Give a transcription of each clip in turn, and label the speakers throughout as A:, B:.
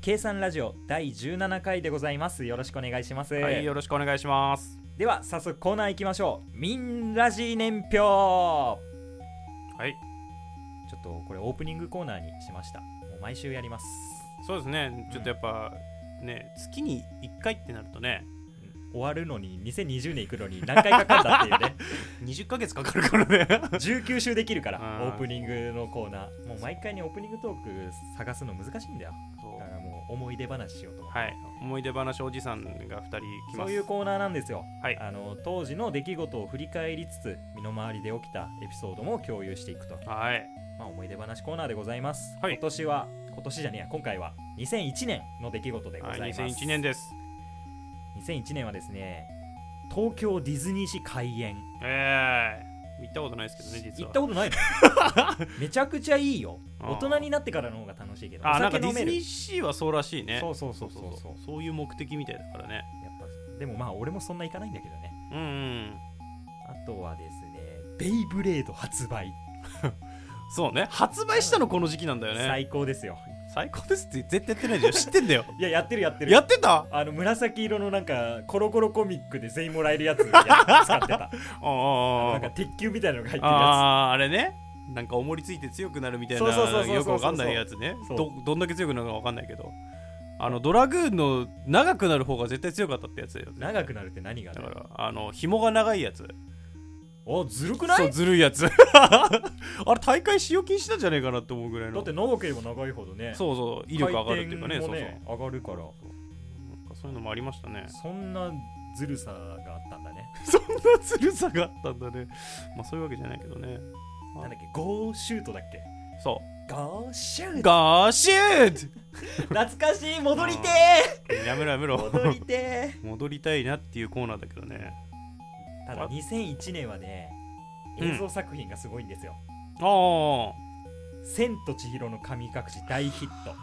A: 計算ラジオ第17回でございますよろしくお願いします、
B: はい、よろしくお願いします。
A: では早速コーナー行きましょうみんラジ年表ちょ
B: はい、
A: っとこれオープニングコーナーにしましたもう毎週やります
B: そうですね。ちょっとやっぱ、ね、月に1回ってなるとね、
A: 終わるのに2020年行くのに何回かかんだっていう ね
B: 20ヶ月かかるからね。
A: 19週できるからオ
B: うん
A: ープニングのコーナーもう毎回ねオープニングトーク探すの難しいんだよ
B: そう
A: だからもう思い出話しようと思って、
B: はい、思い出話おじさんが2人来ます。
A: そういうコーナーなんですよ、
B: はい
A: あの当時の出来事を振り返りつつ身の回りで起きたエピソードも共有していくと、
B: はい、
A: まあ、思い出話コーナーでございます、
B: はい
A: 今年は今年じゃねえや今回は2001年の出来事でござ
B: はいい、
A: ます、
B: 2001年です。
A: 2001年はですね東京ディズニーシー開園
B: ええ行ったことないですけどね、
A: 行
B: 実は。
A: ったことないの めちゃくちゃいいよ
B: あー
A: 大人になってからの方が楽しいけどお
B: あ、なん
A: 酒
B: かデ
A: 飲
B: ィ
A: め
B: ズ
A: る
B: ニーシーはそうらしいね。
A: そうそうそうそうそう
B: そうそういう目的みたいだからね。
A: やっぱでもまあ俺もそんな行かないんだけどね
B: うん、うん。
A: あとはですねベイブレード発売、
B: そうね。発売したのこの時期なんだよね。
A: 最高ですよ
B: 最高ですって絶対やってないじゃん。知ってんだよ。
A: いややってるやってる
B: やってた
A: あの紫色のなんかコロコロコミックで全員もらえるやつや使ってた
B: ああ
A: なんか鉄球みたいなのが入ってるや
B: あーあれねなんか重りついて強くなるみたいな
A: そうそうそうそうそう
B: よくわかんないやつね
A: そう
B: どどんだけ強くなるかわかんないけどあのドラグーンの長くなる方が絶対強かったってやつだよ
A: つ長くなるって何が
B: だ
A: だ
B: か
A: よ
B: らあの紐が長いやつ
A: おずるくな
B: そう
A: い
B: ずるいやつ あれ大会使用禁止なんじゃねえかなって思うぐらい
A: だ
B: の
A: って長ければ長いほどね
B: そうそう威力上がるっていうかね
A: 回
B: そう
A: 転
B: そう
A: も
B: なん
A: 上がるから
B: かそういうのもありましたね
A: そんなずるさがあったんだね
B: そんなずるさがあったんだね まあそういうわけじゃないけどねあ
A: なんだっけゴーシュートだっけ
B: そ
A: ゴーシュ
B: う
A: ート
B: ガーシュー
A: 懐かしい戻りて
B: トやめろやめ
A: ー
B: ろ
A: 戻りてー
B: 戻りたいなっていうコーナーだけどね
A: ただ2001年はね映像作品がすごいんですよ、
B: あ
A: 千と千尋の神隠し大ヒット
B: あ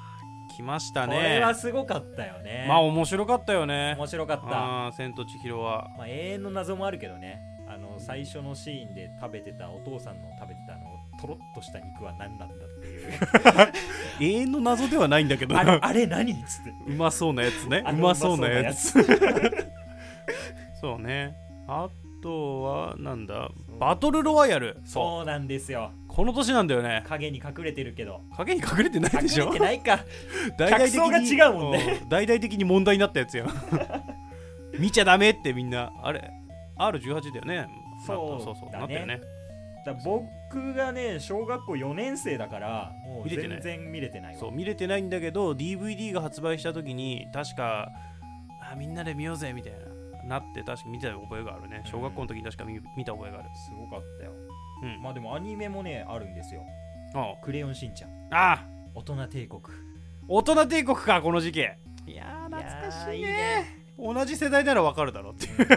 B: 来ました
A: これは
B: ね
A: すごかったよね、
B: まあ面白かったよね
A: 面白かった、ま
B: ああ千と千尋は
A: あ、永遠の謎もあるけどねあの最初のシーンで食べてたお父さんの食べてたあのとろっとした肉は何なんだ っていう
B: 永遠の謎ではないんだけど
A: あれ
B: な
A: あれ何っつって
B: うまそうなやつね
A: あ
B: う
A: の
B: まそうなやつ
A: うまそうなや
B: そうねあとはなんだバトルロワイヤル
A: つ
B: そ
A: そうなんですよ
B: うこの年なんだよね
A: 影に隠れてるけど
B: 影に隠れて ないで
A: 隠
B: し
A: れ
B: ょ
A: てないか
B: 大々的に
A: 客層が違うもんね
B: うん大々的に問題になったやつやん 見ちゃダメってみんなあれ R18 だよね
A: そうだね
B: そうそうなったよね
A: だ僕がね小学校4年生だからもう
B: 見れて
A: 全
B: ない
A: 然見れてないわ
B: そう見れてないんだけど DVD が発売した時に確かあみんなで見ようぜみたいななって確か見た覚えがあるね
A: うん
B: 小学校の時に確か見見た覚えがある
A: すごかったよ
B: うん
A: まあでもアニメもねあるんですよ
B: あ
A: クレヨンしんちゃん
B: ああ
A: 大人帝国
B: 大人帝国かこの時期いやー懐かしいね
A: いやーいいね
B: 同じ世代ならわかるだろうっていう、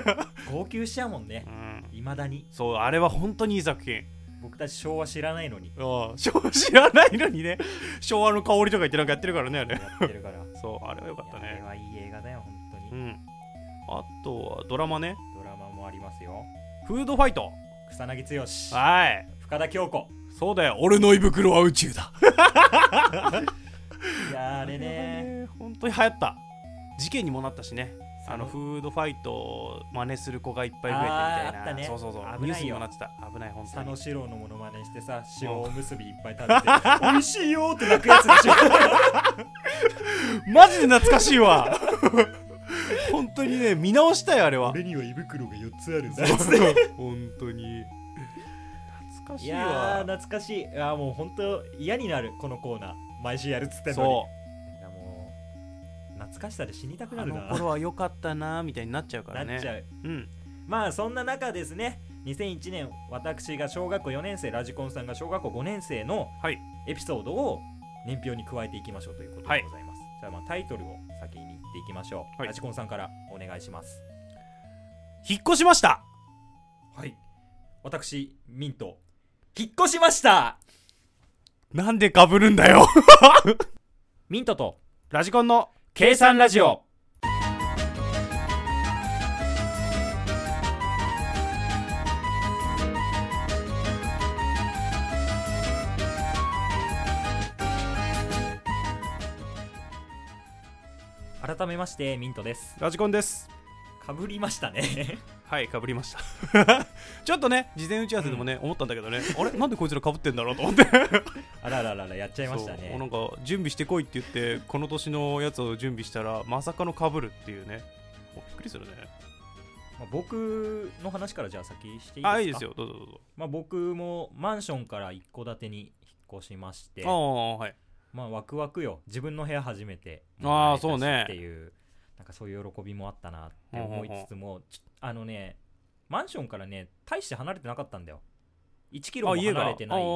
A: 号泣しちゃうもんね
B: うん、
A: いまだに
B: そうあれは本当にいい作品
A: 僕たち昭和知らないのに
B: ああ昭和知らないのにね昭和の香りとか言ってなんかやってるからねあれ
A: やってるから
B: そうあれはよかった
A: いやあれ
B: ね
A: はいい映画だよ本当に、
B: うんあとはドラマね
A: ドラマもありますよ
B: フードファイト
A: 草薙剛
B: はい
A: 深田恭子
B: そうだよ俺の胃袋は宇宙だ
A: いやーあ
B: あ
A: れね
B: 本当に流行った事件にもなったしね あの
A: そ
B: フードファイトを真似する子がいっぱい増えてみたい
A: あーあ
B: な
A: ったね
B: そうそうそう
A: 危ないよ
B: ニュースにもなってた危ない本当
A: 佐
B: に
A: 野史郎のモノマネしてさ塩おむすびいっぱい食べて 美味しいよーって泣くやつでし ょ
B: マジで懐かしいわ本当にね見直したいあれは
A: には胃袋が4つあるん
B: そうそう本当に懐 か
A: い
B: しい
A: やー
B: わ
A: 懐かしいいやーもう本当嫌になるこのコーナー毎週やるっつってんのに
B: そう
A: いやもう懐かしさで死にたくな
B: あ
A: る
B: の
A: な
B: 頃は良かったなーみたいになっちゃうからね
A: なっちゃう
B: うん
A: まあそんな中ですね2001年私が小学校4年生ラジコンさんが小学校5年生の
B: はい
A: エピソードを年表に加えていきましょうということ
B: は
A: で
B: い
A: ございます、じゃあまあタイトルを先に言っていきましょう、
B: はい
A: ラジコンさんからお願いします
B: 引っ越しました
A: はい私ミント引っ越しました
B: なんでかぶるん だよ
A: ミントと
B: ラジコンの
A: 計算ラジオ改めましてミントです
B: ラジコンです
A: かぶりましたね
B: はいかぶりました ちょっとね事前打ち合わせでもね、思ったんだけどねあれなんでこいつらかぶってんだろう と思って
A: あららららやっちゃいました
B: そう
A: ね
B: なんか準備してこいって言ってこの年のやつを準備したらまさかのかぶるっていうねおびっくりするね
A: まあ僕の話からじゃあ先していいですか
B: あいいですよどうぞどうぞ
A: まあ、僕もマンションから一戸建てに引っ越しまして
B: ああはい
A: まあワクワクよ自分の部屋初めて
B: あー
A: もらえたし
B: そうね
A: っていうなんかそういう喜びもあったなって思いつつもちょあのねマンションからね大して離れてなかったんだよ1キロも
B: あ家が
A: 離れてない
B: ああああ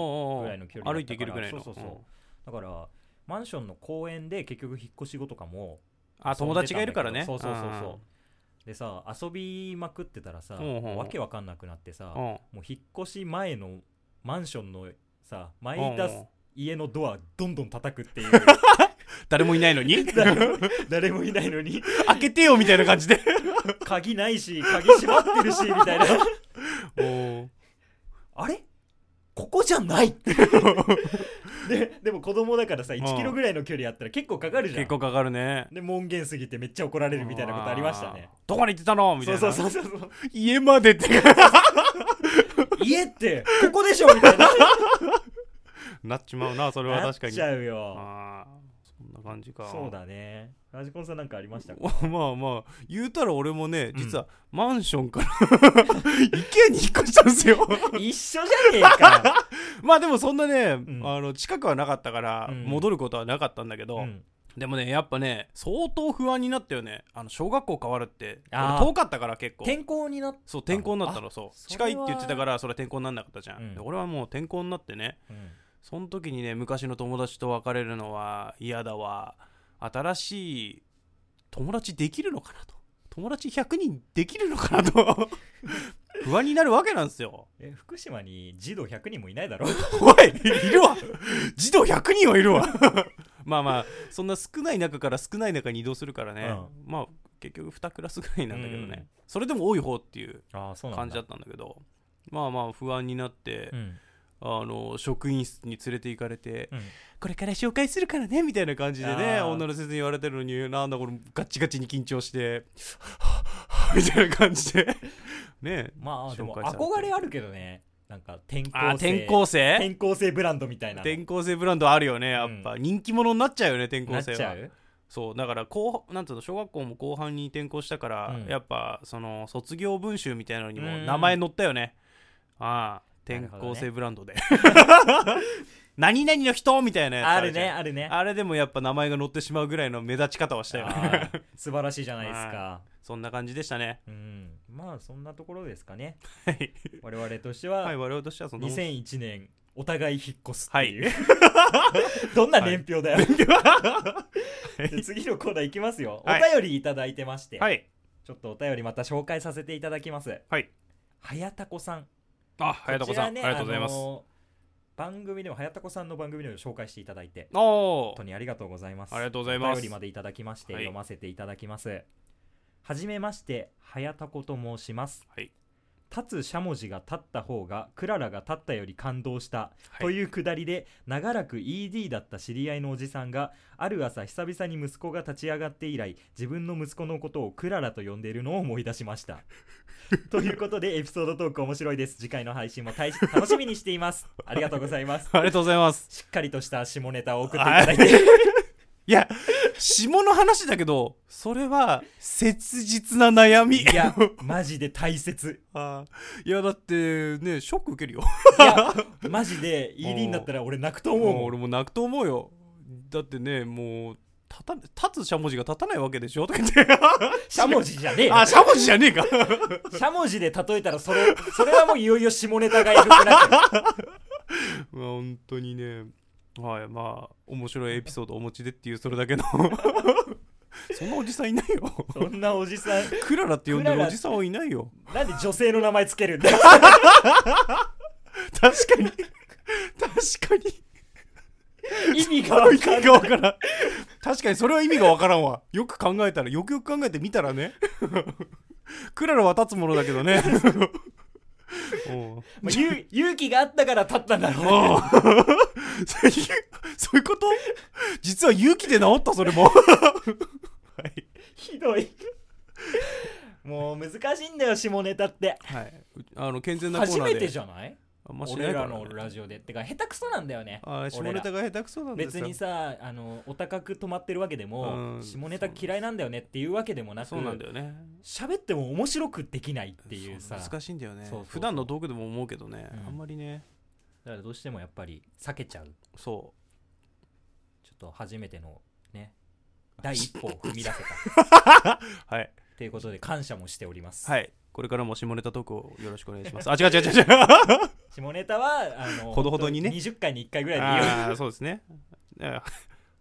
A: ぐらいの距離だったから
B: 歩いていけるぐらいの
A: そうそうそうだからマンションの公園で結局引っ越し後とかも
B: あ友達がいるからね
A: そうそうそうそうでさ遊びまくってたらさ
B: うんうん
A: わけわかんなくなってさ
B: うんうん
A: もう引っ越し前のマンションのさ毎
B: うんう
A: 出
B: ん
A: す家のドアどんどん叩くっていう
B: 誰もいないのに
A: 誰も誰もいないのに
B: 開けてよみたいな 感じで
A: 鍵ないし鍵閉まってるしみたい な
B: おー
A: あれここじゃ ないででも子供だからさ1キロぐらいの距離あったら結構かかるじゃ
B: 結
A: ん
B: 構かかるね
A: で門限過ぎてめっちゃ怒られるみたいなことありましたね
B: あーどこに行ってたのみたい
A: そう
B: な
A: そうそうそうそう
B: 家までって
A: 家ってここでしょみたいな
B: なっちまうなそれは確か
A: なっ
B: に
A: ち
B: あ
A: ゃうよ
B: あーそんな感じか
A: そうだねラジコンさんなんかありましたか
B: お まあまあ言うたら俺もね
A: うん
B: 実はマンションから 池、に引っ越したんで すよ
A: 一緒じゃねえ か、
B: まあでもそんなね、
A: ん
B: あの近くはなかったから
A: うん
B: 戻ることはなかったんだけど、
A: うん
B: でもねやっぱね相当不安になったよねあの小学校変わるって
A: あー
B: 俺遠かったから結構
A: 転校になっ
B: そう転校になったのそう
A: それは
B: 近いって言ってたからそれは転校にならなかったじゃん、
A: うん
B: で俺はもう転校になってねその時にね昔の友達と別れるのは嫌だわ新しい友達できるのかなと友達100人できるのかなと不安になるわけなんですよ
A: え福島に児童100人もいない だろ
B: おいいるわ児童100人はいるわまあまあそんな少ない中から少ない中に移動するからね、まあ結局2クラスぐらいなんだけどね、それでも多い方っていう
A: ああそう
B: 感じだ
A: っ
B: ったんだけどまあまあ不安になって、あの職員室に連れて行かれて、これから紹介するからねみたいな感じでね
A: あー
B: 女の先生に言われてるのになんだこれガッチガチに緊張して みたいな感じでね
A: まあでも
B: 紹介されて
A: 憧れあるけどねなんか転校生
B: あー転校生
A: 転校生ブランドみたいなの
B: 転校生ブランドあるよねやっぱ、人気者になっちゃうよね転校
A: なっ
B: 生
A: ちゃ
B: は
A: う
B: そうだから後なんていうの小学校も後半に転校したから、
A: うん
B: やっぱその卒業文集みたいなのにも
A: うん
B: 名前載ったよね、ああ
A: なる
B: 転
A: ほどね
B: 校生ブランドで、 何々の人みたいなやつ
A: ある
B: じゃん
A: ねあるね
B: あれでもやっぱ名前が載ってしまうぐらいの目立ち方をしたよね
A: あー素晴らしいじゃないですか
B: そんな感じでしたね
A: うんまあそんなところですかね
B: はい、
A: 我々として
B: はい、
A: は
B: 我々としてはその
A: 2001年お互い引っ越すっていう どんな年表だよで次のコーナーいきますよお
B: はい
A: 便りいただいてまして
B: はい
A: ちょっとお便りまた紹介させていただきます。
B: はい。
A: はやたこさん。
B: あ早田子さん、
A: こち
B: あ
A: らね
B: りがとうございます、
A: あのー番組でも、はやたこさんの番組でも紹介していただいて、
B: お
A: 本当にありがとうございます。
B: ありがとうございます
A: お便りまでいただきまして、
B: はい
A: 読ませていただきます。はじめまして、はやたこと申します。
B: はい
A: 立つしゃもじが立った方が、クララが立ったより感動した、
B: はい
A: というくだりで、長らく ED だった知り合いのおじさんが、ある朝久々に息子が立ち上がって以来自分の息子のことをクララと呼んでいるのを思い出しました ということでエピソードトーク面白いです次回の配信も大し楽しみにしていますありがとうございます
B: ありがとうございます
A: しっかりとした下ネタを送っていただいて
B: いや下の話だけどそれは切実な悩み
A: いやマジで大 切
B: あーいやだってねショック受けるよ
A: いやマジで ED になったら俺泣くと思う
B: もう
A: もん
B: 俺も泣くと思うよだってねもう立た立つしゃもじが立たないわけでしょとか言 って
A: しゃもじじゃねえよ
B: あしゃもじじゃねえか
A: しゃもじで例えたらそれそれはもういよいよ下ネタがいるくなっちゃう
B: まあ本当にねはいまあ面白いエピソードお持ちでっていうそれだけ のそんなおじさんいないよ
A: そんなおじさん
B: クララって呼んでるおじさんはいないよ
A: なんで女性の名前つけるんだよ
B: 確かに確かに
A: 意味がわかん
B: 意
A: ない
B: 味がわからん確かにそれは意味がわからんわよく考えたらよくよく考えてみたらねクララは立つものだけどねおう
A: まあ、ゆ勇気があったから立ったんだろうね
B: おう そういうそういうこと実は勇気で治ったそれもはい
A: ひどいもう難しいんだよ下ネタって
B: はい、あの健全なコー
A: 初
B: ナーで
A: めてじゃない
B: あんましな
A: 俺
B: いからね
A: のラジオでってか下手くそなんだよね
B: あー下ネタが下手くそなんです
A: 別
B: か
A: にさあのお高く止まってるわけでも、
B: うん
A: 下ネタ嫌いなんだよねっていうわけでもなく
B: そうなんだよね
A: 喋っても面白くできないっていう
B: そ
A: さ
B: 難しいんだよね
A: そうそうそう
B: 普段のトークでも思うけどね、
A: うん
B: あんまりね
A: だからどうしてもやっぱり避けちゃう
B: そ
A: ちょっと初めてのね第一歩を踏み出せたっ
B: うはい
A: ていうことで感謝もしております、
B: はいこれからも下ネタトークをよろしくお願い しますあ違う違う違う違う
A: 下ネタはあの
B: ほどほどにね
A: 本当20回に1回ぐらいでいいよ
B: あーそうですねだから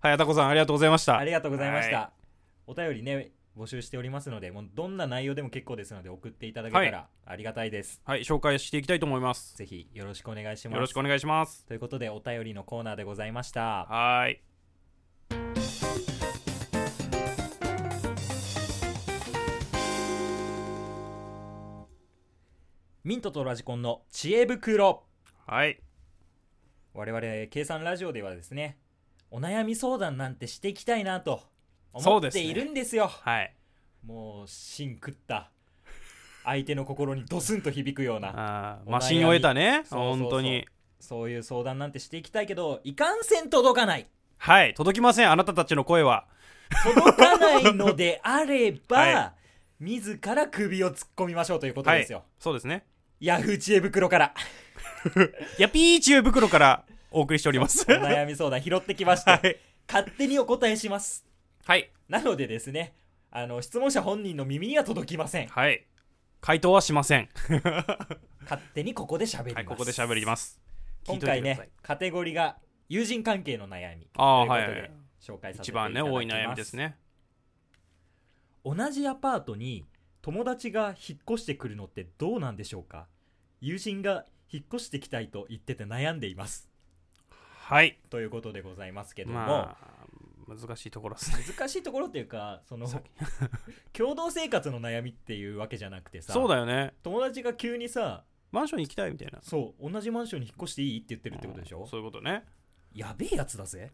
B: はいあたこさんありがとうございました
A: ありがとうございました、
B: は
A: お便りね募集しておりますのでもうどんな内容でも結構ですので送っていただけたらありがたいです、
B: はい紹介していきたいと思います
A: ぜひよろしくお願いします
B: よろしくお願いします
A: ということでお便りのコーナーでございました
B: はーい
A: ミントとラジコンの知恵袋
B: はい
A: 我々計算ラジオではですねお悩み相談なんてしていきたいなと
B: そ
A: 思
B: う
A: っ
B: です
A: て
B: ね
A: いるんですよ
B: はい
A: もう芯食った相手の心にドスンと響くような
B: あー
A: お悩み
B: マシンを得た
A: そ
B: ね
A: うそうそう
B: 本当に
A: そういう相談なんてしていきたいけどいかんせん届かない
B: はい届きませんあなたたちの声は
A: 届かないのであれば、
B: は
A: 自ら首を突っ込みましょうということですよ、
B: そうですね
A: ヤフー知恵袋から
B: やぴー知恵袋からお送りしております
A: お悩み相談拾ってきまして、
B: はい
A: 勝手にお答えします
B: はい
A: なのでですねあの質問者本人の耳には届きません
B: はい回答はしません
A: 勝手にここで喋ります、
B: はいここで喋ります
A: 今回
B: 聞いといてくださ
A: ね
B: い
A: カテゴリーが友人関係の悩み
B: ああ
A: と
B: はいいう
A: こ
B: は
A: と
B: い
A: で紹介させてい
B: 一
A: ただ
B: 番
A: きます
B: ね多い悩みですね
A: 同じアパートに友達が引っ越してくるのってどうなんでしょうか友人が引っ越してきたいと言ってて悩んでいます
B: はい
A: ということでございますけども、
B: まあ難しいところですね
A: 難しいところっていうかその
B: さっ き
A: 共同生活の悩みっていうわけじゃなくてさ
B: そうだよね
A: 友達が急にさ
B: マンション行きたいみたいな
A: そう同じマンションに引っ越していいって言ってるってことでしょ、
B: そういうことね
A: やべえやつだぜ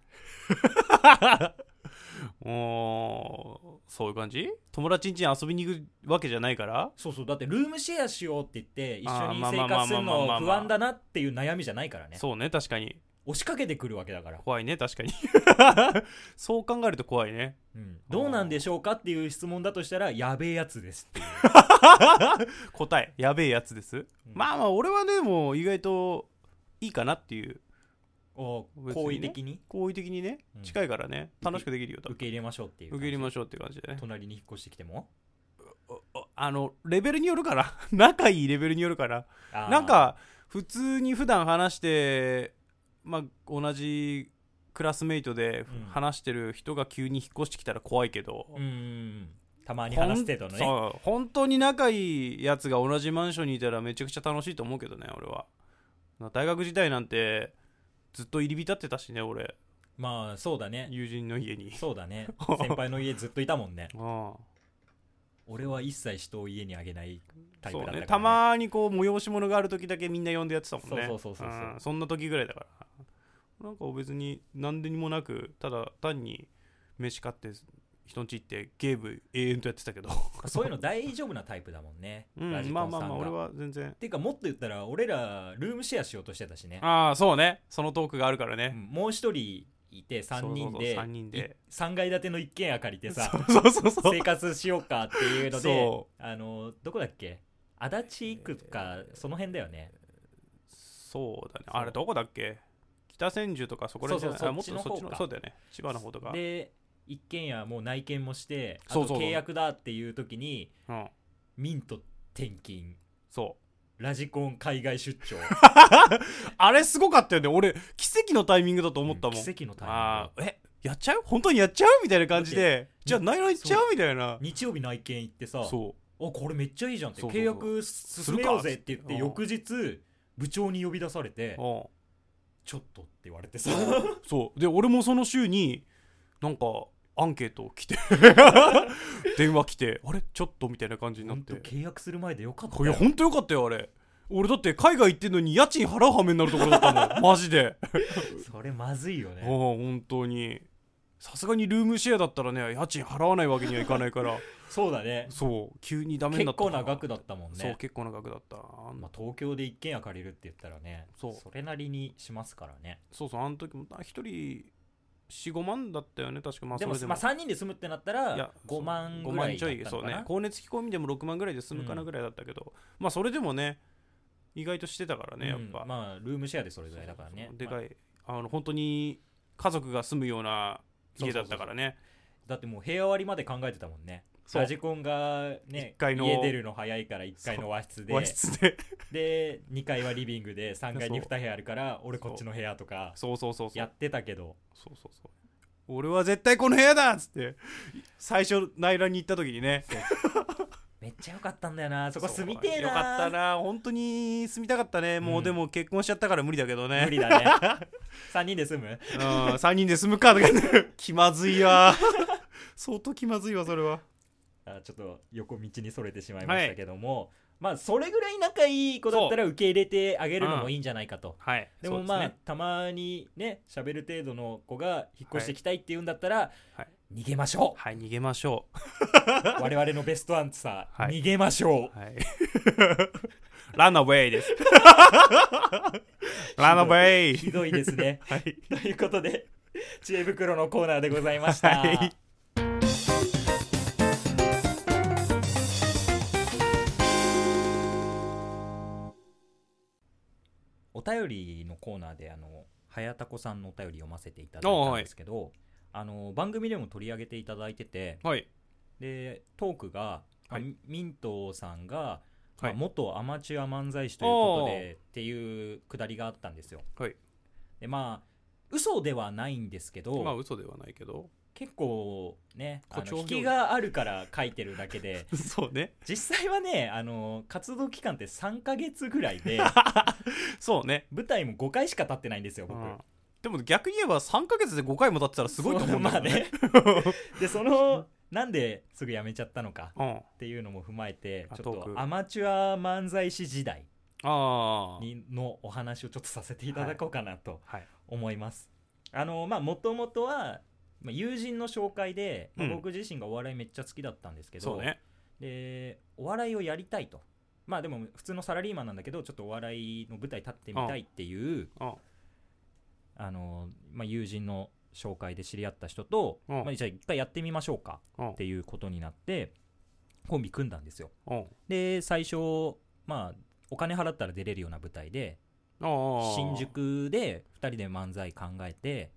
B: おーそういう感じ友達ん家に遊びに行くわけじゃないから
A: そうそうだってルームシェアしようって言って一緒
B: あー
A: に
B: まあま
A: 生
B: あまあま
A: 活
B: あ
A: するの不安だなっていう悩みじゃないからね
B: そうね確かに
A: 押しかけてくるわけだから、
B: 怖いね確かに そう考えると怖いね
A: うん、どうなんでしょうかっていう質問だとしたらやべえやつですっていう
B: 答えやべえやつです、まあまあ俺はねもう意外といいかなっていう
A: を
B: 別にね
A: 好意的に
B: 好意的にね
A: うん
B: 近いからね、楽しくできるよ多
A: 受
B: 分
A: け入れましょうっていう
B: 受け入れ
A: ま
B: ましょうっていう感じでね
A: 隣に引っ越してきても
B: ああのレベルによるから 仲いいレベルによるから
A: あー
B: なんか普通に普段話してまあ同じクラスメイトで
A: うん
B: 話してる人が急に引っ越してきたら怖いけど、
A: うんうんうんたまに
B: ほん
A: 話す程度のね
B: そう本当に仲いいやつが同じマンションにいたらめちゃくちゃ楽しいと思うけどね俺は大学時代なんてずっと入り浸ってたしね俺
A: まあそうだね
B: 友人の家に
A: そうだ ね先輩の家ずっといたもんね
B: ああ
A: 俺は一切人を家にあげないタイプ
B: そ
A: だったか
B: う
A: ら、ね
B: ねたまにこう催し物がある時だけみんな呼んでやってたもんね
A: そうそうそうそうそうん
B: そんな時ぐらいだからなんか別に何でにもなくただ単に飯買って人んち行ってゲーム永遠とやってたけど
A: そういうの大丈夫なタイプだもんね、
B: う
A: ラ
B: ん
A: ジ
B: ま
A: コ
B: あ
A: ン
B: ま
A: さ
B: あ
A: んが
B: まあ俺は全然
A: ていうかもっと言ったら俺らルームシェアしようとしてたしね
B: ああそうねそのトークがあるから
A: うん
B: ね、
A: もう一人いて3人で
B: そうそうそう三人で
A: い三階建ての一軒家借りてさ
B: そうそうそうそ う
A: 生活しようかっていうので
B: そ
A: あのどこだっけ足立区かその辺だよね
B: そうだね
A: そう
B: あれどこだっけ北千住とかそこら辺
A: そうそう
B: あもっと
A: そっちの
B: そっち
A: 方
B: の
A: か
B: そうだよね千葉の方とか、
A: で一軒家もう内見もしてあ
B: そ
A: と
B: うそうそう
A: 契約だっていう時に
B: うん、
A: ミント転勤
B: そう
A: ラジコン海外出張
B: あれすごかったよね俺奇跡のタイミングだと 思ったもん、
A: 奇跡のタイミング
B: あーえやっちゃう本当にやっちゃうみたいな感じでじゃあ
A: うん
B: 内覧行っちゃうみたいな
A: 日曜日内見行ってさ
B: そ
A: おこれめっちゃいいじゃんって
B: そうそうそう
A: 契約進めようぜって言って
B: するか
A: 翌日部長に呼び出されて
B: ううん
A: ちょっとって言われて さ
B: そうで俺もその週になんかアンケート 来て電話来てあれちょっとみたいな感じになっ
A: 本
B: て
A: 当契約する前でよかった
B: いや
A: よ
B: 本当よかったよあれ俺だって海外行ってんのに家賃払 う羽目になるところだったもんマジで
A: それまずいよね
B: ああ本当にさすがにルームシェアだったらね家賃払わないわけにはいかない から
A: そうだね
B: そう急にダメにな
A: 結
B: ったか
A: 構な
B: ら
A: 額だったもんね
B: そう結構な額だったあん
A: まあ、東京で一軒家借りるって言ったらね
B: そう
A: れなりにしますからね
B: そうそうあの時もあ一人45万だったよね確かまあそ
A: で
B: れ
A: も
B: でも
A: まあ、3人で住むってなった
B: いや
A: ら5万ぐらい
B: 5
A: だっ
B: 万ちょい
A: た
B: そ
A: の
B: う
A: かな
B: ね光熱費込みでも6万ぐらいで済むかな
A: うん
B: ぐらいだったけど、まあそれでもね意外としてたからねやっぱ、
A: うんまあルームシェアでそれぐらいだからね
B: そうそうで
A: ま
B: か
A: あ
B: い、あの本当に家族が住むような家だったからね
A: だってもう部屋割りまで考えてたもんね
B: そう
A: ラジコンがね
B: 一階の
A: 家出るの早いから1階の和室で
B: 和室で
A: で 2階はリビングで3階に
B: そう
A: 2部屋あるから俺こっちの部屋とか
B: そうそうそうそ
A: や
B: う
A: ってたけど
B: そうそうそう俺は絶対この部屋だっつって最初内覧に行った時にね
A: めっちゃ良かったんだよなそこ住みて
B: そう
A: えな
B: よかったな本当に住みたかったねもう、
A: うん
B: でも結婚しちゃったから無理だけどね
A: 無理だね3 人で住む
B: うん3人で住むかとか言 って気まずい わ相当気まずいわそれは
A: あちょっと横道にそれてしまいましたけども、まあそれぐらい仲いい子だったら受け入れてあげるのもいいんじゃないかと、
B: はい
A: でもまあ
B: そうですね
A: たまにね喋る程度の子が引っ越してきたいって言うんだったら、
B: はい
A: 逃げまし ょ
B: はい逃げましょ
A: う我々のベストアンサー、
B: はい
A: 逃げましょ
B: うはい ランナウェイです ランナウェ
A: う
B: イ
A: ひどいですね
B: はい
A: ということで知恵袋のコーナーでございました、
B: はい
A: お便りのコーナーであの早田子さんのお便り読ませていただいたんですけど、あの番組でも取り上げていただいてて
B: はい
A: でトークが、あ
B: はい
A: ミントさんがまあ
B: はい
A: 元アマチュア漫才師ということでっていうくだりがあったんですよ。
B: はい
A: でまあ嘘ではないんですけど、
B: まあ嘘ではないけど
A: 結構ねあ
B: 誇張
A: の
B: 表
A: 引きがあるから書いてるだけ で
B: そうね
A: 実際はねあの活動期間って3ヶ月ぐらい で
B: そうね
A: 舞台も5回しか経ってないんですよ僕。
B: うんでも逆に言えば3か月で5回も経ってたらすごいと思うんだ
A: ま
B: よ
A: あねでそのなんですぐ辞めちゃったのか
B: うんあ
A: っていうのも踏まえて
B: あ
A: ちょっ
B: ト
A: と
B: ーク
A: アマチュア漫才師時代
B: あ
A: にのお話をちょっとさせていただこうかなと
B: はい
A: 思います。あのまあもともとはまあ友人の紹介で、まあ
B: うん
A: 僕自身がお笑いめっちゃ好きだったんですけど、
B: そうね
A: でお笑いをやりたいとまあでも普通のサラリーマンなんだけどちょっとお笑いの舞台立ってみたいっていう
B: うん
A: あの、まあ、友人の紹介で知り合った人と、
B: うん
A: まあ、じゃあ一回やってみましょうか
B: うん
A: っていうことになってコンビ組んだんですよ
B: うん
A: で最初まあお金払ったら出れるような舞台で
B: あー
A: 新宿で2人で漫才考えて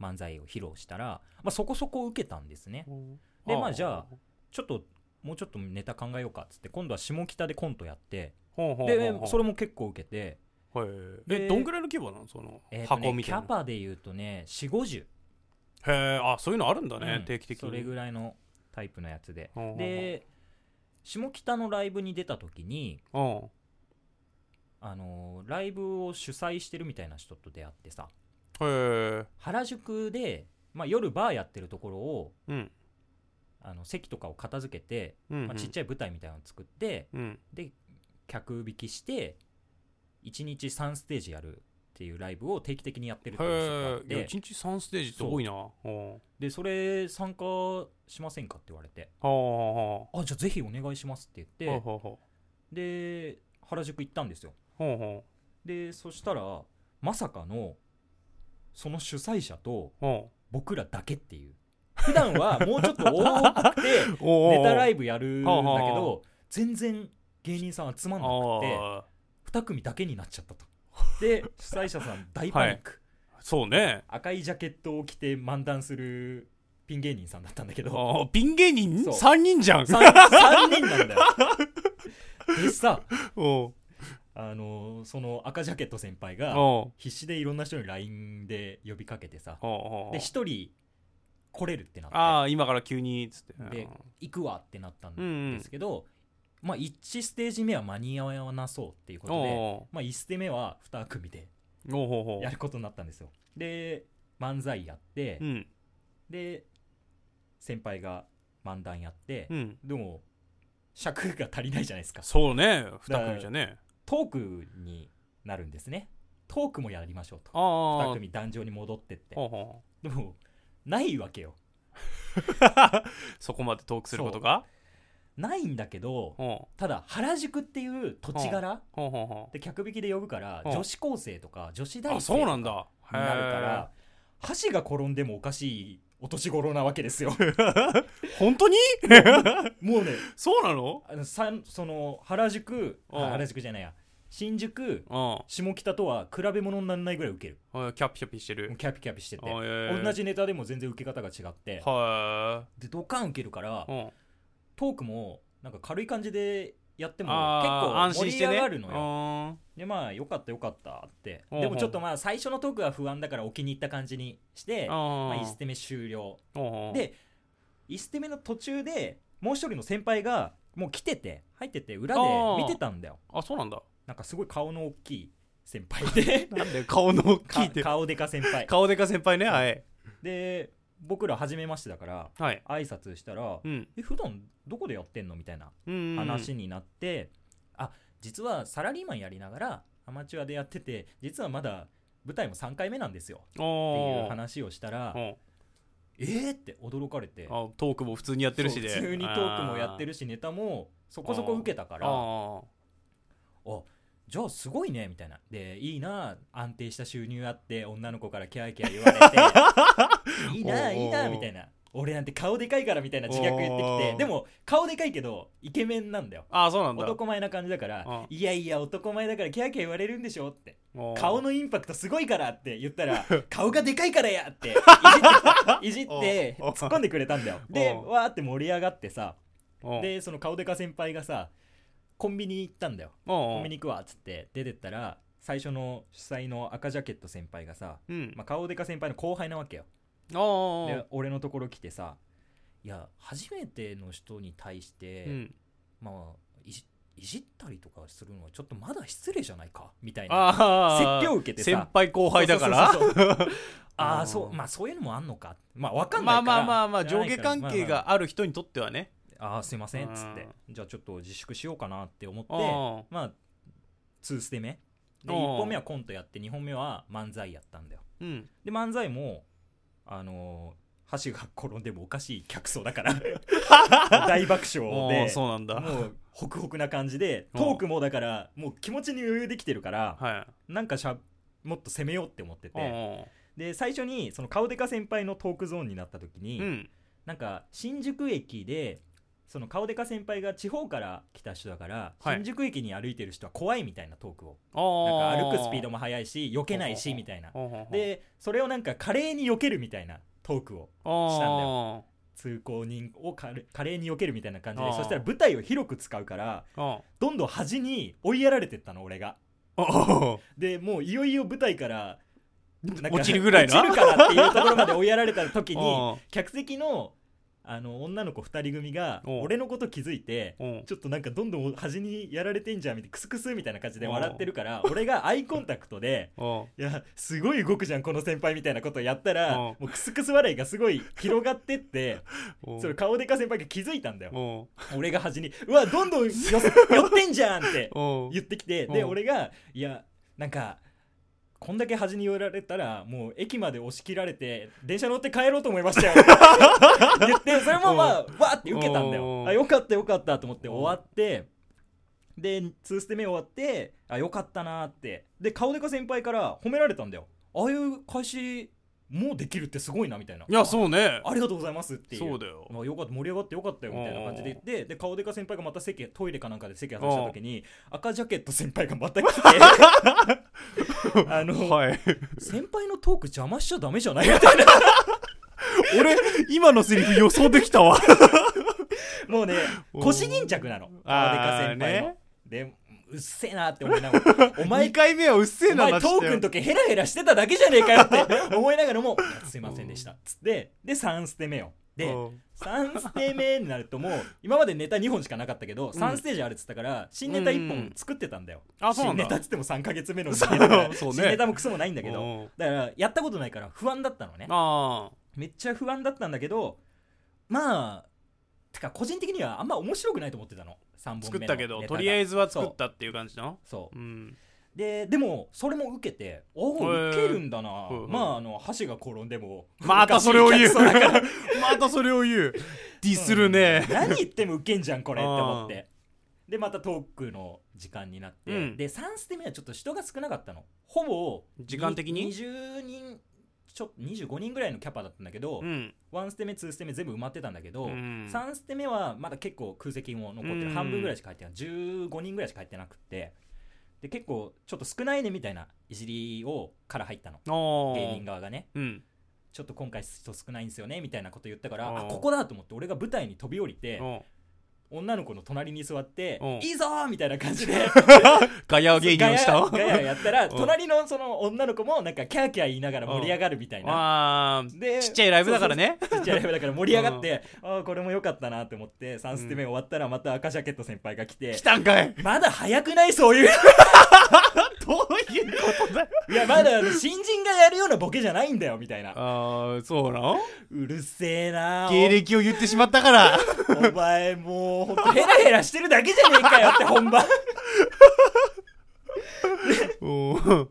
A: 漫才を披露したら、まあ、そこそこ受けたんですね
B: うん
A: でまあじゃあちょっともうちょっとネタ考えようかっつって今度は下北でコントやって
B: ほうほうほう
A: で
B: ほう
A: それも結構受けて、
B: へえ
A: で
B: えどんぐらいの規模なのその
A: えーとね
B: 箱み
A: キ
B: たいな、
A: ャパでいうとね4 5
B: へえあそういうのあるんだ
A: 0
B: ね、定期的に
A: それぐ
B: い
A: らいのタイプのやつで
B: ほうほうほう
A: で下北のライブに出た時に
B: うん
A: あのーライブを主催してるみたいな人と出会ってさ
B: へえ
A: 原宿で、まあ、夜バーやってるところを
B: うん
A: あの席とかを片付けて、
B: うんうん、
A: まあ、ちっちゃい舞台みたいなの作って
B: うん
A: 客引きして1日3ステージやるっていうライブを定期的にやってるっていう人があっ
B: へえいや
A: て
B: 1日3ステージって多いなうん
A: でそれ参加しませんかって言われて
B: ほ
A: あじゃあぜひお願いしますって
B: うほ
A: 言
B: う
A: って
B: ほうほ
A: で原宿行ったんですよ
B: うほうほ
A: でそしたらまさかのその主催者と
B: うほ
A: 僕らだけっていう普段はもうちょっと多くて
B: うお
A: ネタラ
B: イ
A: イブやるんだけ
B: おうお
A: ど全然芸人さん集まんなくて2組だけになっちゃったとで主催者さん大パニック、
B: そうね
A: 赤いジャケットを着て漫談するピン芸人さんだったんだけ
B: あ
A: ど
B: ーピン芸人
A: そう
B: 3人じゃ
A: 3,
B: ん
A: 人なんだよでさ
B: おう
A: あのその赤ジャケット先輩が
B: おう
A: 必死でいろんな人に LINE で呼びかけてさ
B: おうおう
A: で一人来れるってなって
B: ああ今から急につって
A: で行くわってなった
B: うんうん
A: んですけど、まあ1ステージ目は間に合わなそうっていうこ
B: お
A: と
B: う
A: で、
B: お
A: まあ、1ステ目は2組で
B: うおうほうほう
A: やることになったんですよで漫才やって、
B: うん
A: で先輩が漫談やって
B: う、ん
A: でも尺が足りないじゃないですか
B: そうね
A: だから
B: 2組じゃね
A: トークになるんですねトークもやりましょうと
B: ああ
A: 2組壇上に戻ってって
B: ほうほ
A: でもないわけよ
B: そこまでトークすることが
A: ないんだけど
B: ほう
A: ただ原宿っていう土地柄
B: ほうほうほ
A: で客引きで呼ぶから
B: うん
A: 女子高生とか女子
B: うあ
A: 大生
B: そ
A: にな
B: うな
A: る
B: んだ
A: か
B: へ
A: ら箸が転んでもおかしいお年頃なわけですよ
B: え本当に
A: もうね
B: そうなの
A: あのさんその原宿あ
B: うん
A: 原宿じゃないや新宿
B: う
A: 下北とは比べ物にならないぐらいウケる
B: んキャピキャピして
A: もう
B: る
A: キャピキャピしてて
B: あへえ
A: 同じネタでも全然受け方が違って
B: は
A: でドカン受けるから
B: いうん
A: トークもなんか軽い感じでやっても結
B: あー
A: 構盛り上がるのよ、
B: よ
A: でまあよかったよかったって
B: うん
A: でもちょっとまあ最初のトークは不安だからお気に入った感じにしてまあ、1ステ目終了
B: で、
A: で1ステ目の途中でもう一人の先輩がもう来てて入ってて裏で見てたんだよ
B: あ、そうなんだ。
A: なんかすごい顔の大きい先輩 で
B: なんで顔の大
A: か
B: きいって。
A: 顔でか先輩
B: 顔でか先輩ね、はい。
A: で僕ら初めましてだから
B: はい。
A: 挨拶したら
B: うん。
A: え普段どこでやってんのみたいな
B: うん。
A: 話になって、あ実はサラリーマンやりながらアマチュアでやってて実はまだ舞台も3回目なんですよっていう
B: あ
A: 話をしたら
B: あ。うん
A: えーって驚かれて
B: あトークも普通にやってるしで。
A: そう普通にトークもやって
B: る
A: るしネタもそこそこ受けたか
B: から
A: あじゃあすごいねみたいなでいいな安定した収入あって女の子からキャーキャー言われ ていいな
B: おうおうおう
A: いいなみたいな俺なんて顔でかいからみたいな自虐言って
B: おうおう
A: き
B: お
A: て
B: う
A: でも顔でかいけどイケメンなんだよ
B: ああ、そうなんだ。
A: 男前な感じだから、
B: うん
A: いやいや男前だからキャーキャー言われるんでしょって
B: おー
A: 顔のインパクトすごいからって言ったら顔がでかいからや っていじっていじって
B: おうおう
A: 突っ込んでくれたんだよで
B: おう
A: わーって盛り上がってさ
B: うん
A: でその顔でか先輩がさコンビニ行ったんだよ
B: うん
A: コンビニ行くわっつって出てったら最初の主催の赤ジャケット先輩がさ、
B: うん。
A: まあ、顔でか先輩の後輩なわけよ
B: ああ
A: で俺のところ来てさいや初めての人に対して、
B: うん
A: まあいじいじったりとかするのはちょっとまだ失礼じゃないかみたいな
B: ああ。
A: 説教受けてさ
B: 先輩後輩だから。
A: そうそうそうそうああそう
B: うん
A: まあそういうのもあんのかまあわかんないか
B: まあ
A: ら
B: まあまあまあ、
A: 知ら
B: 上
A: ないか
B: 下
A: ら
B: 関係
A: まあま
B: がある人にとってはね。
A: ああーすいませんっつってじゃあちょっと自粛しようかなって思って
B: あ
A: まあ2ステ目で
B: うん
A: 1本目はコントやって2本目は漫才やったんだよ
B: ーうん。
A: で漫才もあのー箸が転んでもおかしい客層だから 大爆笑
B: あ
A: で
B: あ、そうなんだ。
A: もうホクホクな感じでトークもだからもう気持ちに余裕できてるから
B: はい。
A: なんかしゃもっと攻めようって思ってて
B: うん
A: で最初にその顔でか先輩のトークゾーンになった時に、
B: うん。
A: なんか新宿駅でその顔でか先輩が地方から来た人だから、
B: はい
A: 新宿駅に歩いてる人は怖いみたいなトークを
B: あ
A: な
B: あ。
A: んか歩くスピードも速いし避けないし
B: ほうほうほう
A: みたいな
B: ほうほうほう、
A: でそれをなんか華麗に避けるみたいなトークをしたんだ
B: あ
A: 通行人を華麗華麗に避けるみたいな感じ
B: あ
A: で
B: ー
A: そしたら舞台を広く使うから
B: ーあ
A: どんどん端に追いやられてったの俺が
B: ー。
A: でもういよいよ舞台からなんか
B: 落ちるぐらいな
A: 落ちるからっていうところまで追いやられた時に
B: あ
A: 客席のあの女の子2人組が
B: おう
A: 俺のこと気づいて
B: ーうん
A: ちょっとなんかどんどん端にやられてんじゃんみたいなクスクスみたいな感じで笑ってるから俺がアイコンタクトで
B: うん
A: いやすごい動くじゃんこの先輩みたいなことやったら
B: おう
A: もうクスクス笑いがすごい広がってって
B: うん
A: それ顔でか先輩が気づいたんだよ
B: うん
A: 俺が端に「うわどんどん寄せ寄ってんじゃん!」って
B: うん
A: 言ってきてで
B: うん
A: 俺が「いやなんかこんだけ端に寄られたらもう駅まで押し切られて電車乗って帰ろうと思いま したよ」って言ってそれもまあわーって受けたんだ
B: うん
A: よあよかったよかったと思って
B: うん
A: 終わってで2ステ目終わってあよかったなーってで顔でか先輩から褒められたんだよああいう返しもうできるってすごいなみたいない
B: やそうね
A: ありがとうございますっていう
B: そうだよ
A: まあ、よかった盛り上がってよかったよみたいな感じで言ってで顔でか先輩がまた席トイレかなんかで席外した時に赤ジャケット先輩がまた来 てあの、
B: はい
A: 先輩のトーク邪魔しちゃダメじゃないみたいな
B: 俺今のセリフ予想でき たわ
A: も うね
B: おー
A: 腰巾着なの顔でか
B: あー
A: 先輩の、
B: ね
A: でうっせえなって思いなが らお前
B: 2回目はうっせえ
A: お
B: な
A: 前トークの時ヘラヘラしてただけじゃねえかよって思いながらもいやすいませんでしたつってで3ステ目よで、3ステージ目になるともう今までネタ2本しかなかったけど
B: うん
A: 3ステージあるっつったから新ネタ1本作ってたんだよ、
B: あそうなん
A: 新
B: だ
A: ネタっつっても3か月 目の時期だから
B: そうそうね
A: 新ネタもクソもないんだけど
B: ど
A: だからやったことないから不安だったのね
B: あ
A: めっちゃ不安だったんだけどまあてか個人的にはあんま面白くないと思ってたの3本目の
B: ー作ったけど
A: ネタ
B: と
A: が
B: りあえずは作ったっていう感じの
A: そう
B: うん
A: ででもそれも受けておお
B: へー
A: 受けるんだな、
B: うんうん
A: まああの箸が転んでも
B: またそれを言う
A: 昔 のお客様だから
B: またそれを言うディスるね
A: うん何言っても受けんじゃんこれって
B: うん
A: 思ってでまたトークの時間になって、
B: うん
A: で3ステ目はちょっと人が少なかったのほぼ
B: 時間的に
A: 20人ちょ25人ぐらいのキャパだったんだけど、
B: うん
A: 1ステ目2ステ目全部埋まってたんだけど、
B: うん
A: 3ステ目はまだ結構空席も残って
B: う
A: る
B: ん
A: 半分ぐらいしか入ってない15人ぐらいしか入ってなくてで結構ちょっと少ないねみたいないじりをから入ったの
B: お
A: 芸
B: ー
A: 人側がね
B: うん
A: ちょっと今回人少ないんですよねみたいなこと言ったか
B: うん
A: らあここだと思って俺が舞台に飛び降りて
B: おう
A: 女の子の隣に座って
B: うん
A: 「いいぞ!」みたいな感じで
B: ガヤ 芸人をしたわ
A: ガヤガヤやったら
B: ん
A: 隣のその女の子もなんかキャーキャー言いながら盛り上がるみたいな
B: あー
A: で
B: ちっちゃいライブだからね
A: そうそうちっちゃいライブだから盛り上がって、ああこれも良かったなと思って3ステ目終わったらまた赤ジャケット先輩が来て
B: 来、たんかい
A: まだ早くないそう いう
B: どういうことだよ
A: いやまだあの新人がやるようなボケじゃないんだよみたいな
B: ああそうなの
A: うるせえな
B: 芸歴を言ってしまったから
A: おお前もうほんとヘラヘラしてるだけじゃねえかよって本番
B: おー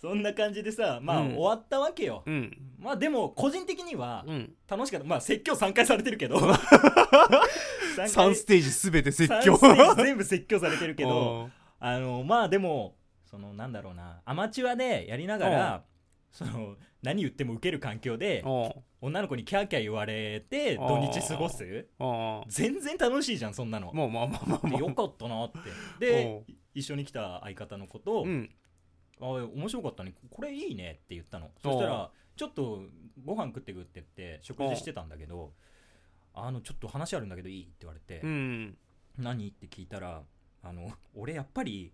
A: そんな感じでさまあ、
B: うん
A: 終わったわけよ、
B: うん
A: まあでも個人的には
B: うん
A: 楽しかったまあ説教3回されてるけ ど三回
B: 3ステージすべて説
A: 三
B: 教
A: ステージ全部説教されてるけど
B: おー
A: あのまあでもそのなんだろうなアマチュアでやりながらその何言っても受ける環境で
B: お
A: 女の子にキャーキャー言われて
B: お
A: 土日過ごす
B: ーお
A: 全然楽しいじゃんそんなの
B: ーもうまあまあまあ
A: で
B: まあ
A: よかったなってで一緒に来た相方の子と
B: うん
A: 「あ面白かったねこれいいね」って言ったのそしたら「ちょっとご飯食ってく」って言って食事してたんだけど「あのちょっと話あるんだけどいい?」って言われて
B: うん
A: 「何?」って聞いたら「あの俺やっぱり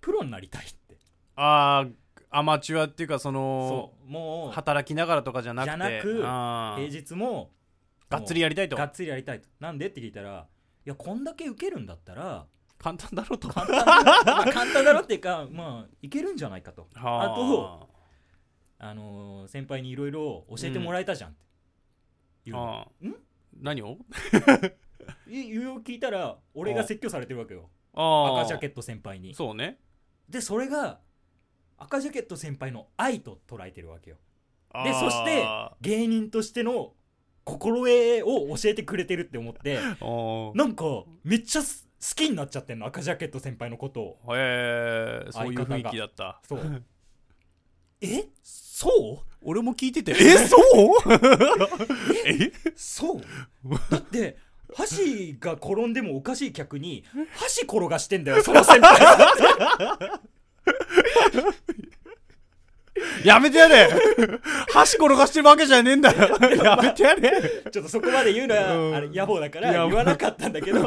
A: プロになりたい」って
B: ああアマチュアっていうかその
A: そうもう
B: 働きながらとかじゃなくて
A: じゃなく
B: あー
A: 平日も
B: がっつりやりたいと
A: がっつりやりたいとなんでって聞いたらいやこんだけ受けるんだった ら
B: 簡単だろうと
A: 簡単だまあ簡単だろっていうかまあいけるんじゃないかと、
B: はー
A: あとあのー先輩にいろいろ教えてもらえたじゃんって言う,、
B: あー
A: ん
B: 何を
A: い言う聞いたら俺が説教されてるわけよ
B: ああ
A: 赤ジャケット先輩に
B: そうね
A: でそれが赤ジャケット先輩の愛と捉えてるわけよ
B: あ
A: で
B: ー
A: そして芸人としての心得を教えてくれてるって思 って
B: おー
A: なんかめっちゃす好きになっちゃってんの赤ジャケット先輩のことを
B: へえそういう雰囲気だった
A: そう えそう
B: 俺も聞いててえそう え
A: そうだって箸が転んでもおかしい客に箸転がしてんだよその先 輩
B: やめてやれ箸転がしてるわけじゃねえんだよやめてやれ
A: ちょっとそこまで言うの
B: うん
A: はあれ野暮だから言
B: 野暮
A: わなかったんだけ ど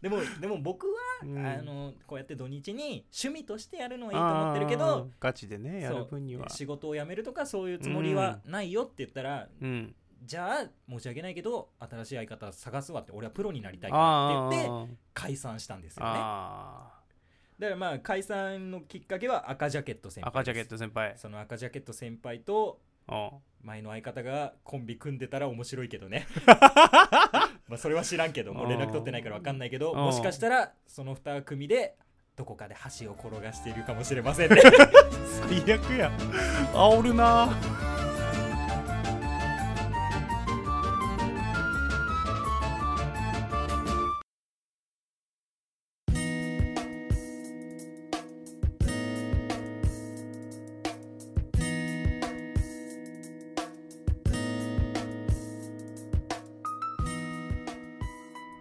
A: でもでも僕は、
B: うん
A: あのこうやって土日に趣味としてやるのはいいと思ってるけ
B: あー
A: ど
B: ガチでねやる分には
A: 仕事を辞めるとかそういうつもりはないよって言ったら、
B: うん
A: じゃあ申し訳ないけど新しい相方探すわって俺はプロになりたいから
B: あ
A: って言って
B: ー
A: 解散したんですよね
B: あ
A: だからまあ解散のきっかけは赤ジャケット先
B: ー
A: 輩
B: 赤ジャケ
A: で
B: ッ
A: す
B: ト先輩
A: その赤ジャケット先輩と
B: お
A: 前の相方がコンビ組んでたら面白いけど ねまあそれは知らんけどもう連絡取ってないから分かんないけど
B: うん
A: もしかしたらその2組でどこかで箸を転がしているかもしれませんね
B: 最悪や煽るな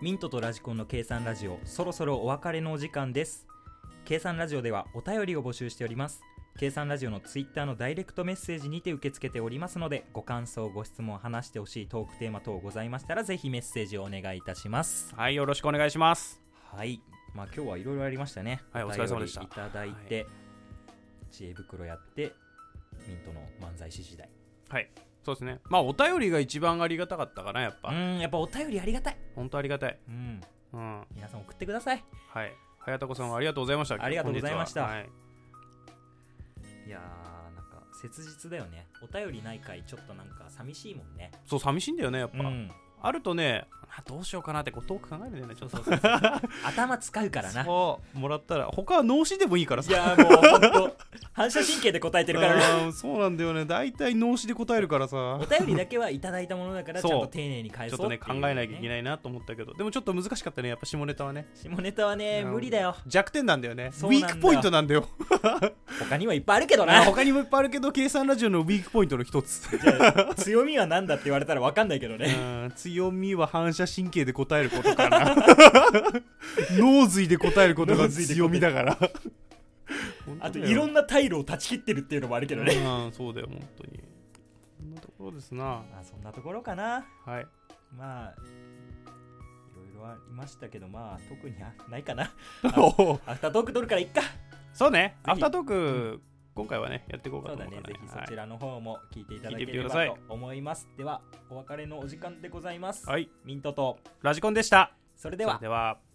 A: ミントとラジコンの計算ラジオそろそろお別れのお時間です計算ラジオではお便りを募集しております計算ラジオのツイッターのダイレクトメッセージにて受け付けておりますのでご感想ご質問話してほしいトークテーマ等ございましたらぜひメッセージをお願いいたします
B: はいよろしくお願いします
A: はいまあ今日はいろいろありましたね
B: はいお疲れ様でした
A: お便りいただいて、知恵袋やってミントの漫才師時代
B: そうですねまあお便りが一番ありがたかったかなやっ
A: う
B: ぱ
A: んやっぱお便りありがたい
B: 本当ありがたい
A: うん
B: うん
A: 皆さん送ってください
B: はい早田子さんはありがとうございました
A: ありがとうございました
B: 本日ははい
A: いやーなんか切実だよねお便りない回ちょっとなんか寂しいもんね
B: そう寂しいんだよねやっぱ、
A: うん
B: あるとねあどうしようかなってことを考えるんだよねちょっと
A: そうそう頭使うからな
B: そうもらったら他は脳死でもいいから
A: い
B: さ
A: やもうほんと反射神経で答えてるからな
B: あーそうなんだよね大体脳死で答えるから さ
A: お便りだけはいただいたものだからちゃ
B: そうん
A: と丁寧に返
B: ち
A: そ
B: ょ
A: う
B: っとね考えなきゃいけ
A: い
B: ないなと思ったけどでもちょっと難しかったねやっぱ下ネタはね
A: 下ネタはね無理だよ
B: 弱点なんだよね
A: そう
B: ウ
A: なん
B: ィ
A: だ
B: ークポイントなんだよ
A: 他にはいっぱいあるけどな
B: 他にもいっぱいあるけど計算ラジオのウィークポイントの一つ
A: じゃあ強みは何だって言われたら分かんないけど
B: う
A: ね
B: ん強みは反射神経で答えることかな脳髄で答えることが強みだ から
A: あといろ
B: なん
A: な退路を断ち切ってるっていうのもあるけどね
B: うんそうだよ本当にそんなところですな
A: まあそんなところかな
B: はい
A: まあいろいろありましたけどまあ特にはないかなアフタートーク撮るからいっか
B: そうね
A: ひ
B: アフタートーク今回はねやっていこうか
A: そ
B: と
A: う
B: 思
A: だ
B: うか
A: ね
B: ら
A: ぜひそち
B: ら
A: らの方も聞いていただ
B: 聞
A: け
B: いてみ
A: れ
B: てくだ
A: ば
B: さい
A: と思いますではお別れのお時間でございます
B: はい
A: ミントと
B: ラジコンでした
A: それ
B: で
A: で
B: は
A: は
B: では